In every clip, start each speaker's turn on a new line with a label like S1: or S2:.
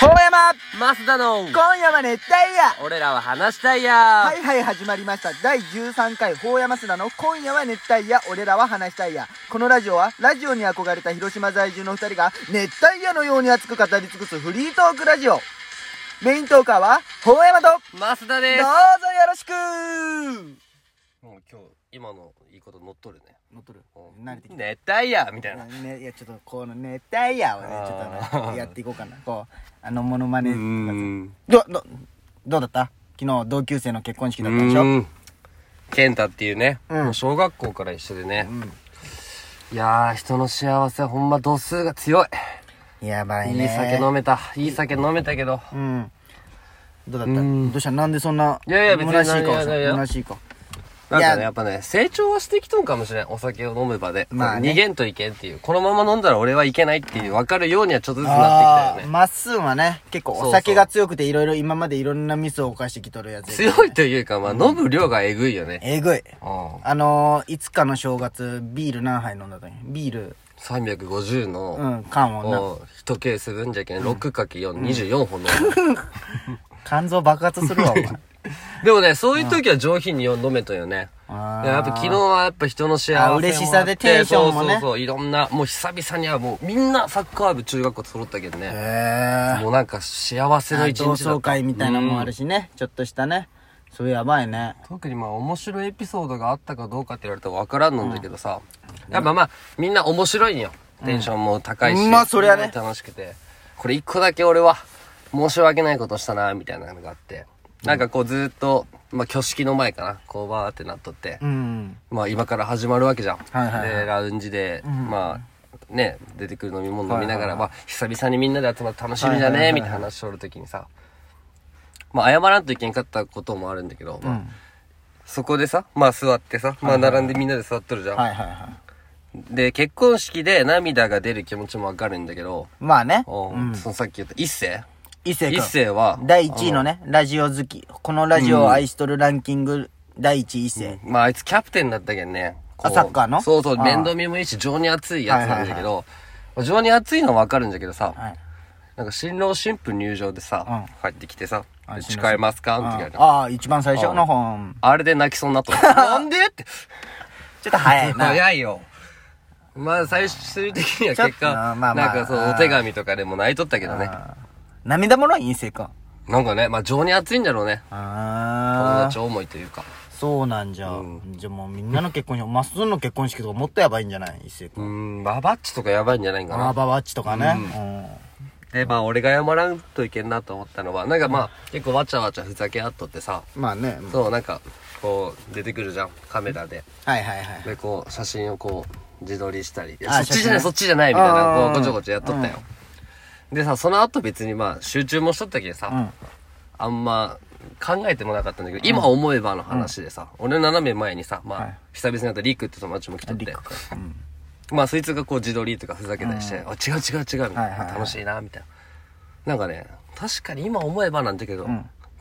S1: ほうやま
S2: マスダの
S1: 今夜は熱帯夜
S2: 俺らは話したいや
S1: はいはい始まりました第13回ほうやますだの今夜は熱帯夜俺らは話したいやこのラジオはラジオに憧れた広島在住の2人が熱帯夜のように熱く語り尽くすフリートークラジオメイントーカーはほうやまとどう
S2: マスダ
S1: ぞ
S2: で
S1: よ
S2: す
S1: ろしく
S2: もう今日今の言い方乗っとるね
S1: 乗っとる
S2: うん
S1: 慣れてき
S2: 熱帯夜みたいな
S1: ね、いやちょっとこの熱帯夜をね
S2: あー
S1: ちょっとねやっていこうかなこうあのモノマ
S2: う
S1: ネ
S2: ん
S1: どどどうだった昨日同級生の結婚式だったでしょうん
S2: 健太っていうね、
S1: うん
S2: もう小学校から一緒でね、いやー人の幸せほんま度数が強い
S1: やばい
S2: い
S1: ね
S2: い酒飲めたいい酒飲めたけど
S1: うんどうだった
S2: う
S1: ど
S2: ん
S1: うしたなんでそんない
S2: やいや別に
S1: 虚しい顔
S2: いやいやいや
S1: 虚しい顔
S2: なんかね
S1: いや
S2: やっぱね成長はしてきとんかもしれんお酒を飲む場で、
S1: まあね
S2: 逃げんといけんっていうこのまま飲んだら俺はいけないっていう分かるようにはちょっとずつなっ
S1: あ
S2: てきた
S1: ー
S2: よね
S1: まっすーはね結構お酒が強くていろいろ今までいろんなミスを犯してきとるやつやけど
S2: 強いというかまあ飲む量がえぐいよね、
S1: えぐい
S2: うん
S1: あのーいつかの正月ビール何杯飲んだときビール
S2: 350
S1: う
S2: の、
S1: ん缶をな
S2: を一ケース分じゃけん、6かけ4、24本飲む。
S1: 肝臓爆発す るわお前
S2: でもね、そういう時は上品に飲めとよね。
S1: あー
S2: やっぱ昨日はやっぱ人の幸せもあって
S1: あ嬉しさでテンションもね
S2: そうそうそう、いろんな、もう久々にはもうみんなサッカー部中学校揃ったけどね。
S1: へー
S2: もうなんか幸せの一日だ
S1: 同
S2: った。
S1: 窓会みたいなのもあるしね、ちょっとしたねそれやばいね
S2: 特にまあ面白いエピソードがあったかどうかって言われたら分からんのんだけどさ、やっぱまあみんな面白いんよテンションも高いし、
S1: うんまあそりゃね
S2: 楽しくてこれ一個だけ俺は申し訳ないことしたなみたいなのがあってなんかこうずーっと、まあ、挙式の前かなこうバーってなっとって、
S1: うん
S2: まあ今から始まるわけじゃん、
S1: はいはいはい
S2: でラウンジで、まあね出てくる飲み物飲みながら、まあ久々にみんなで集まって楽しみ
S1: はいは
S2: じゃ
S1: いはいは
S2: ね
S1: い
S2: みたいな話しとる時にさまあ謝らんといけんかったこともあるんだけど、まあそこでさまあ座ってさまあ並んでみんなで座っとるじゃん、
S1: はいはいはい
S2: で結婚式で涙が出る気持ちもわかるんだけど、
S1: まあね
S2: おうそのさっき言った一世
S1: 一世君
S2: 一世は
S1: 第1位のねラジオ好きこのラジオを愛しとるランキング第1位一世、
S2: まああいつキャプテンだったけんね。こう
S1: あサッカーの
S2: そうそう、
S1: ああ
S2: 面倒見もいいし、情に熱いやつなんだけど、情に熱いのはわかるんだけどさ、
S1: はい
S2: なんか新郎新婦入場でさ、
S1: う
S2: 入ってきてさ、
S1: あ新郎
S2: 誓いますかって言われた。
S1: ああ一番最初の本
S2: あれで泣きそうになっ たの。なんでって。
S1: ちょっと早いな
S2: 早いよ。まあ最終的には
S1: ちょっと
S2: 結果、
S1: まあまあ
S2: なんかそう、お手紙とかでも泣いとったけどね。
S1: 涙もろい一世君
S2: なんかね、まあ情に熱いんだろうね。友
S1: ああ
S2: 達思いというか。
S1: そうなんじゃ、じゃあもうみんなの結婚式マスンの結婚式とかもっとやばいんじゃない一世
S2: う
S1: 君、
S2: ん、ババッチとかやばいんじゃないんかな。
S1: ああババッチとかね、うん
S2: でまあ俺が謝らんといけんなと思ったのはなんかまあ結構わちゃわちゃふざけあっとってさ
S1: まあね
S2: そうなんかこう出てくるじゃんカメラで
S1: はいはいはい
S2: でこう写真をこう自撮りしたりいや
S1: あ
S2: そっちじゃな
S1: 写真
S2: い
S1: ね
S2: そっちじゃないみたいな
S1: あー
S2: こうごちょごちょやっとったよ、でさその後別にまあ集中もしとったけどさ、
S1: ん
S2: あんま考えてもなかったんだけど、今思えばの話でさ、俺の斜め前にさまあ、
S1: はい
S2: 久々に会ったリクって友達も来とって
S1: リクかうん
S2: まあそいつがこう自撮りとかふざけたりして、あ違う違う違うみたい
S1: はい
S2: な、
S1: はいはい
S2: 楽しいなみたいななんかね確かに今思えばなんだけど、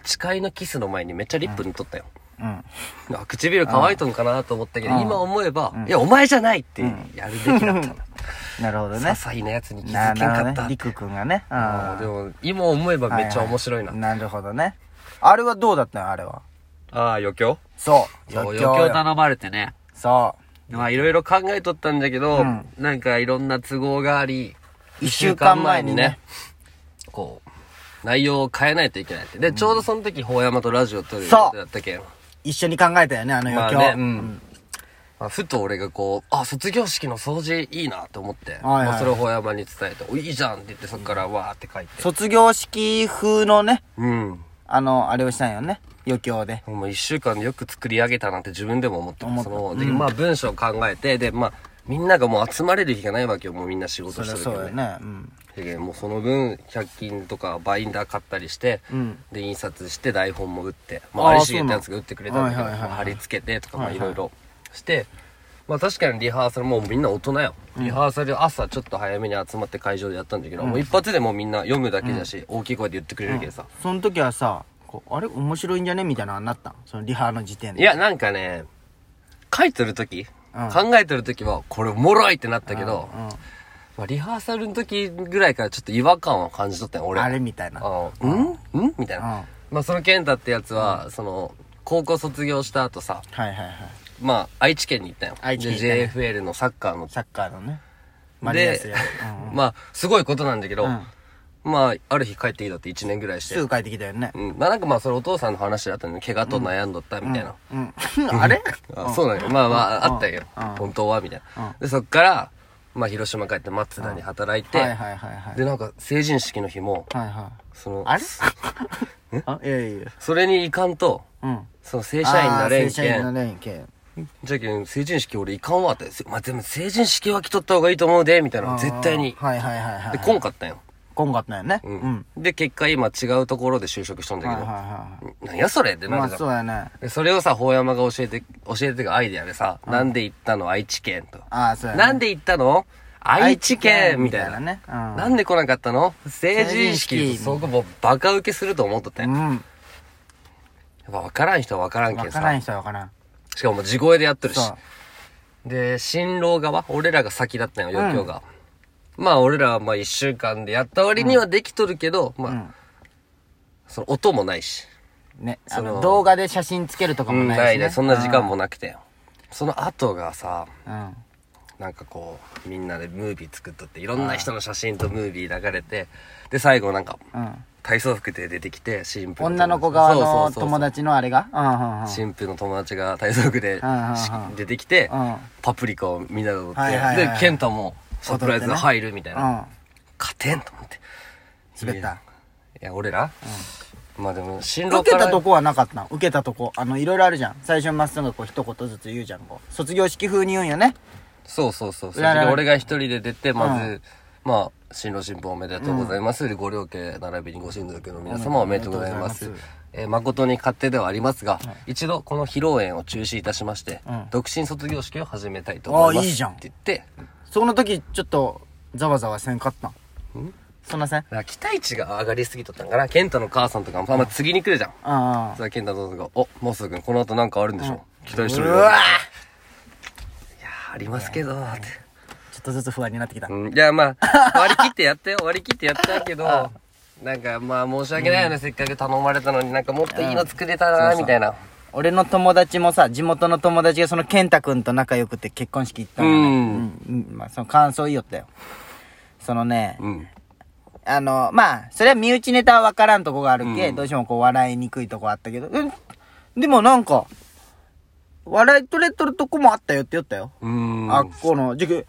S2: 誓いのキスの前にめっちゃリップ塗っとったよ、
S1: うん
S2: あ唇乾いとんかなと思ったけど、今思えば、いやお前じゃないってやるべき だったな、
S1: なるほど
S2: 些
S1: ね
S2: 細なやつに気
S1: な
S2: づけん
S1: なる
S2: か
S1: ほど
S2: った、
S1: ねりくくんがねうん
S2: あーでも今思えばめっちゃ面白いな、
S1: ははなるほどねあれはどうだったのあれは
S2: ああ余興
S1: そう
S2: そう
S1: 余
S2: 余
S1: 興
S2: 興
S1: よ
S2: 頼まれてね
S1: そう
S2: まあいろいろ考えとったんだけど、
S1: ん
S2: なんかいろんな都合があり、
S1: 一週間前にね
S2: 一こう、内容を変えないといけないって。で、ちょうどその時、法山とラジオ撮る予定だったけん。
S1: 一緒に考えたよねあの
S2: まあ
S1: 余興、
S2: ね、うん。まあふと俺がこう、あ、卒業式の掃除いいなと思って、
S1: はい
S2: まあそれを法山に伝えて、おいいじゃんって言ってそっからわーって書いて。
S1: 卒業式風のね
S2: うん。
S1: あのあれをしたんよね余興で
S2: もう一週間でよく作り上げたなんて自分でも思って
S1: 思
S2: ま
S1: っ
S2: す。
S1: た
S2: その、で、まあ文章を考えて、で、まあ、みんながもう集まれる日がないわけよ。もうみんな仕
S1: そ
S2: 事し
S1: り
S2: て
S1: ゃ
S2: るけど
S1: そうよ
S2: ね。
S1: ねうん
S2: でもうその分100均とかバインダー買ったりして、
S1: ん
S2: で印刷して台本も打って、ま
S1: あ
S2: あ、
S1: ー
S2: 有重ってやつが打ってくれたんだけど、
S1: そうなんはいはいはい
S2: 貼り付けてとかまあいろいろして、まあ確かにリハーサルもうみんな大人よリハーサル朝ちょっと早めに集まって会場でやったんだけど、もう一発でもうみんな読むだけだし、大きい声で言ってくれるけどさ、
S1: その時はさこうあれ面白いんじゃねみたいなのになったんそのリハの時点で
S2: いやなんかね書いてる時、
S1: うん
S2: 考えてる時はこれおもろいってなったけど、まあ、リハーサルの時ぐらいからちょっと違和感を感じとったよ、俺。
S1: あれみたいな。
S2: あのうんうんみたいな。
S1: うん
S2: まあ、その健太ってやつは、その、高校卒業した後さ、
S1: はいはいはい。
S2: まあ、愛知県に行ったよ。
S1: 愛知県行ったね
S2: で JFL のサッカーの。
S1: サッカーのね。
S2: で
S1: や うん、
S2: まあ、すごいことなんだけど、
S1: うん
S2: まあ、ある日帰ってきたって1年ぐらいして
S1: す。ぐ帰ってきたよね。
S2: うん。まあ、なんかまあ、それお父さんの話だったんで、怪我と悩んどったみたいな。
S1: うん。あ れ
S2: あそうなんよ。まあまあ、
S1: うん
S2: あったよ
S1: うん。
S2: 本当は、みたい
S1: うん
S2: な。で、そっから、まあ、広島帰って松田に働いて、
S1: はいはいはいはい。
S2: で、なんか、成人式の日も、
S1: はいはい。
S2: その、
S1: あれあいやいやいや。
S2: それに行かんと、
S1: うん。
S2: その、正社員なれん
S1: あー正社
S2: け、
S1: 員なんれんけん。
S2: じゃけん、成人式俺行かんわって、せまあ、でも成人式は来とった方がいいと思うで、みたいな、絶対に。
S1: はいはいはいはい。
S2: で、こんかったんよ。
S1: こんかったよね。う
S2: うんん。。で、結果今違うところで就職しとんだ
S1: はい
S2: け
S1: はい
S2: ど、
S1: はい。
S2: なんやそれって
S1: ま
S2: な
S1: あ
S2: るじ
S1: そ
S2: ゃ
S1: うやね。
S2: ん。でそれをさ、法山が教えて、教えてくアイデアでさ、なんで行ったの愛知県と。
S1: ああ、そうやね。
S2: なんで行ったの愛知県みたいな。
S1: ね。うん。
S2: なんで来なかったの成人
S1: 成人
S2: 式。
S1: 式
S2: そこもうバカ受けすると思っとった
S1: う
S2: よ。や
S1: ん。
S2: っぱ分からん人は分からん
S1: わ
S2: けん
S1: から
S2: さ
S1: ん。人はわからん。
S2: しかももう地声でやってるし
S1: そ。
S2: で、新郎側、俺らが先だったよ、余興が。まあ俺らはまあ一週間でやった割にはできとるけど、
S1: う。う
S2: まあ
S1: ん。、
S2: その音もないし。
S1: ね。あ
S2: そ
S1: の、
S2: の
S1: 動画で写真つけるとかも
S2: うん
S1: な
S2: ないい
S1: しね。
S2: ね。そんな時間もなくてよ。その後がさ、
S1: うん。
S2: なんかこう、みんなでムービー作っとって、いろんな人の写真とムービー流れて、で、最後なんか、
S1: うん。
S2: 体操服で出てきて、新婦
S1: 女の子側
S2: そう
S1: の
S2: そうそうそう
S1: 友達のあれがうんうんうん。
S2: 新婦の友達が体操服で
S1: うんうんうん
S2: し出てきて
S1: うん、
S2: パプリカをみんなで踊って、
S1: はいはいはいはい
S2: で、ケンタもサプライズが入るみたいな。
S1: うん。
S2: 勝てんと思って。
S1: 滑っ
S2: いや
S1: た。。
S2: いや、俺ら、まあでも、新郎
S1: 受
S2: か
S1: け
S2: ら
S1: たとこはなかったん受けたとこ。あの、いろいろあるじゃん。最初まっすぐこう一言ずつ言うじゃん。こう卒業式風に言うんよね。
S2: そうそうそう。そ
S1: 裏々
S2: れで俺が一人で出て、ま
S1: う
S2: ず、まあ、新郎新婦おめでとうございます。でご両家並びにご親族の皆様おめでとうございま
S1: お
S2: す
S1: めでとうござい。
S2: えー誠に勝手ではありますが、一度この披露宴を中止いたしまして、独身卒業式を始めたいと思いま
S1: あ
S2: す。
S1: ーいいじゃん
S2: って言って、
S1: その時、ちょっと、ざわざわせんかったんそんなせん
S2: だから期待値が上がりすぎとったんかな。健太の母さんとかも、まあ、次に来るじゃん。
S1: うんうん
S2: さあ、健太の父さんが、お、マス君、この後なんかあるんでしょ期待してる
S1: う
S2: よ。
S1: わ
S2: いやーありますけど、って。
S1: ちょっとずつ不安になってきた。
S2: うん、いや、まあ、割り切ってやったよ。割り切ってやったけど、なんか、まあ、申し訳ないよね。せっかく頼まれたのになんかもっといいの作れたな、みたいな。
S1: 俺の友達もさ、地元の友達がその健太くんと仲良くて結婚式行ったのよね、うん。うん。まあ、その感想いいよったよ。そのね、
S2: うん。
S1: あの、まあ、それは身内ネタはわからんとこがあるけ、どうしてもこう笑いにくいとこあったけど、うん。でもなんか、笑い取れとるとこもあったよって言ったよ。
S2: うん。
S1: あ、この、じゃけ、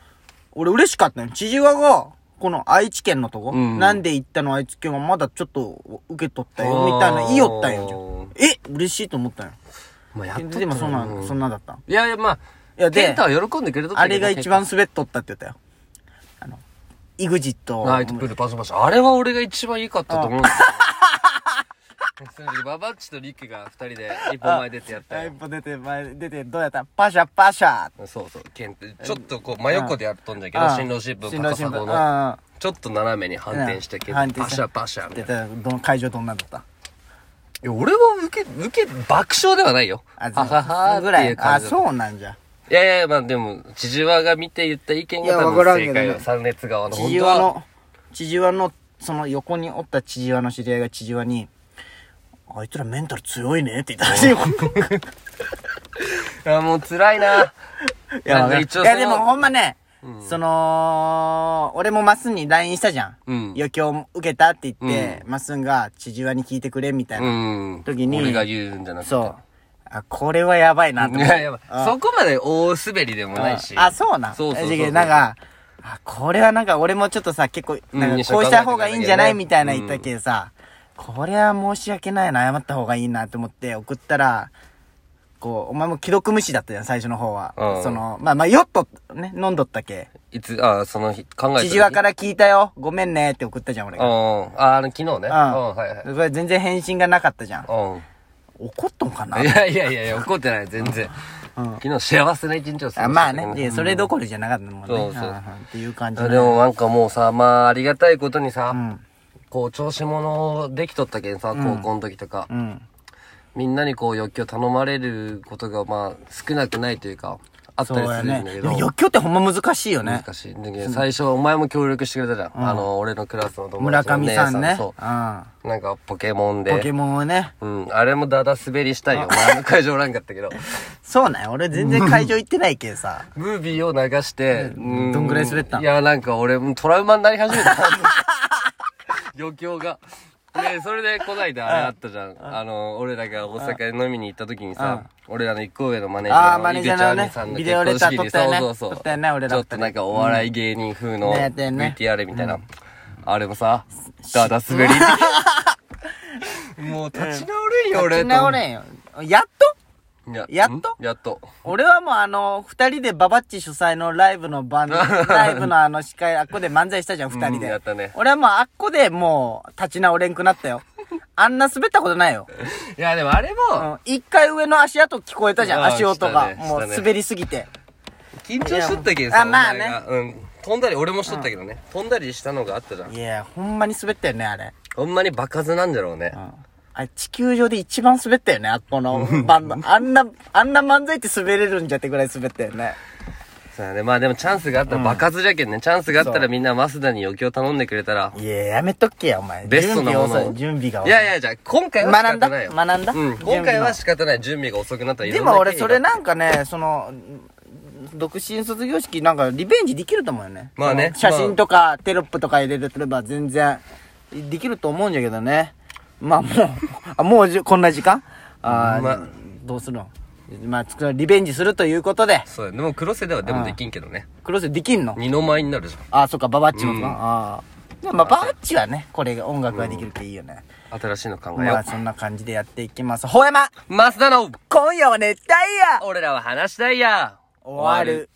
S1: 俺嬉しかったよ。知事側が、この愛知県のとこ、
S2: ん
S1: なんで行ったの愛知県はまだちょっと受け取ったよ、みたいな言いよったんよ。じゃえ嬉しいと思ったんよ。
S2: まあ、やっとった
S1: でもそんな、
S2: うん
S1: そんなだったん。
S2: いやいや、まあ、
S1: いやで
S2: 健太は喜んでくれとった
S1: あ
S2: けど
S1: れが一番滑っとったって言ったよ。あの、イグジット。
S2: ナイトプールパシュパシュ。あれは俺が一番良かったと思うんですよ。その時、 ババッチとリックが二人で一本前出てやった
S1: 一
S2: よ。
S1: 歩出て、前出て、どうやったパシャパシャ
S2: そうそう、ケンって、ちょっとこう、真横でやっとんだけ
S1: う
S2: ど、
S1: ん
S2: 新郎新婦
S1: 新郎
S2: 高
S1: 新
S2: 砂
S1: 婦うん
S2: の、ちょっと斜めに反転して、ケン
S1: 反
S2: パ
S1: 転して
S2: シャパシャみた
S1: 出
S2: いな。い
S1: て、どの会場どんなんだった
S2: や、俺は受け、受け、爆笑ではないよ。
S1: あ、
S2: ははは
S1: ぐら
S2: ってい
S1: い。
S2: う感
S1: あ、
S2: じだった
S1: そうなんじゃ。
S2: いやいや、まあでも、千々和が見て言った意見
S1: いや
S2: が多
S1: わから
S2: 分
S1: んけど
S2: 正解
S1: ね
S2: よ。三列側の。
S1: 千々和の、千々和の、その横におった千々和の知り合いが千々和に、あいつらメンタル強いねって言ったらしいよ。
S2: 本当は。あ、もう辛いな。
S1: いや、
S2: なんか
S1: い
S2: 一応
S1: や
S2: その
S1: でもほんまね、その、俺もマスンに LINE したじゃん。
S2: うん
S1: 余興受けたって言って、マスンが、千々和に聞いてくれみたいな。
S2: うん。
S1: 時に
S2: 俺が言うんじゃなくて。
S1: そう。あ、これはやばいなと思
S2: い
S1: って。
S2: やいや、
S1: あ
S2: そこまで大滑りでもないし。
S1: あ、そうなん。
S2: そうそうそう
S1: じゃけなんか、あ、これはなんか俺もちょっとさ、結構、
S2: うん
S1: なんかこう
S2: 一緒に考え
S1: し
S2: て
S1: た方がいいんじゃない
S2: 考えてね
S1: みたいな言ったけどさ、これは申し訳ないな、謝った方がいいなと思って送ったら、こう、お前も既読無視だったじゃん、最初の方は。
S2: うん
S1: その、まあまあ、酔っと、ね、飲んどったけ。
S2: いつ、あ、その日、考えて
S1: 千々和から聞いたよ、ごめんねって送ったじゃん、俺
S2: うん。
S1: が。
S2: あ、あの、昨日ね。うん、はいはい。
S1: それ全然返信がなかったじゃん。
S2: う。
S1: 怒っとんかなん
S2: いやいやいやいや、怒ってない、全然。昨日幸せな一日を過ごした
S1: あまあね、いやそ
S2: れ。
S1: れどころじゃなかったもんね。
S2: そうそうん
S1: んっていう感じ
S2: あ
S1: ね
S2: でもなんかもうさ、まあありがたいことにさ、
S1: ん
S2: こう調子者できとったけんさ、高校の時とか、
S1: うん。
S2: みんなにこう欲求頼まれることがまあ少なくないというか、あった
S1: そう
S2: りす
S1: や
S2: るん
S1: ね
S2: だ。け
S1: で
S2: ど。
S1: も余興ってほんま難しいよね。
S2: 難しい。で最初、お前も協力してくれたじゃん。あの、俺のクラスの友達の
S1: 村上さん
S2: 姉
S1: ね。
S2: そう
S1: ん。
S2: う。なんか、ポケモン
S1: ポケ
S2: で。
S1: モンをね。
S2: うん。あれもダダ滑りしたい よ。お前の会場おらんかったけど。
S1: そうなんよ俺全然会場行ってないけさ。
S2: ムービーを流して、う
S1: どんぐらい滑ったん
S2: いや、なんか俺、もうトラウマになり始 めた。余興が。で、それで、こないだあれあったじゃん。あの、俺らが大阪で飲みに行った時にさ、俺らの一個上のマネージ
S1: あ
S2: ャ
S1: ー
S2: ー
S1: マ
S2: の
S1: ネー
S2: 井
S1: ジ
S2: 口
S1: ャーのね
S2: 兄さんの
S1: ビ
S2: 結
S1: デオレ
S2: 婚
S1: ター
S2: 式
S1: 撮っ
S2: に、
S1: たよね
S2: そうそう
S1: 撮
S2: そ
S1: っ
S2: う。
S1: たよね俺ら
S2: ち
S1: 二人
S2: ょっとなんかお笑い芸人風の
S1: ねやってんね
S2: VTR みたいな。あれもさ、ダダ滑り。 もう立ち直れん よ、俺
S1: 立ち直れんよ。やっと
S2: いや
S1: やっと
S2: んやっと。
S1: 俺はもうあの、二人でババッチ主催のライブの バンド、ライブのあの司会、あっこで漫才したじゃん、二人
S2: うんや
S1: で
S2: っ。たね
S1: 俺はもうあっこでもう立ち直れんくなったよ。あんな滑ったことないよ。
S2: いや、でもあれも、
S1: うん一回上の足跡聞こえたじゃん、
S2: あー
S1: 足音が。
S2: したね
S1: もう
S2: したね
S1: 滑りすぎて。
S2: 緊張しとったけん
S1: いや
S2: さ、
S1: まあ
S2: お前がうん。飛んだり、俺もしとったけどね。飛んだりしたのがあったじゃん
S1: い。や、ほんまに滑ったよね、あれ。
S2: ほんまに爆発なんだろうね。
S1: あれ、地球上で一番滑ったよね、あっこ のバンド。あんな、あんな漫才って滑れるんじゃってぐらい滑ったよね。
S2: そうだね。まあでもチャンスがあったら爆発じゃけんね。チャンスがあったらみんなマスダに余興頼んでくれたら、
S1: いや、やめとっけよ、お前。
S2: ベストなも
S1: 準備
S2: の
S1: 遅
S2: を。
S1: い準備が
S2: い
S1: 遅い。
S2: やいや、じゃあ今回は仕
S1: 学んだ
S2: 方ないよ。
S1: 学んだ
S2: うん。今回は仕方ない。準備が遅くなったらい
S1: で
S2: ろんな
S1: も俺、
S2: 経緯が
S1: それ。なんかね、その、独身卒業式なんかリベンジできると思うよね。
S2: まあね
S1: その写真とかテロップとか入れれれば全然できると思うんじゃけどね。まあもう、あもうじゅこんな時間あー、
S2: まあ
S1: どうするのまあ、つくリベンジするということで、
S2: そうだね。でも黒瀬ではでもできんけどね。
S1: クロスできんの
S2: 二の舞になるじ
S1: あそっかババッチもか、
S2: うん
S1: ああでもまあババッチはねこれが音楽ができるっていいよね、
S2: ゃん。新しいの考えよ
S1: まあそんな感じでやっていきますほうやま
S2: う。マスダの
S1: 今夜は熱帯夜
S2: 俺らは話したいや
S1: 終わる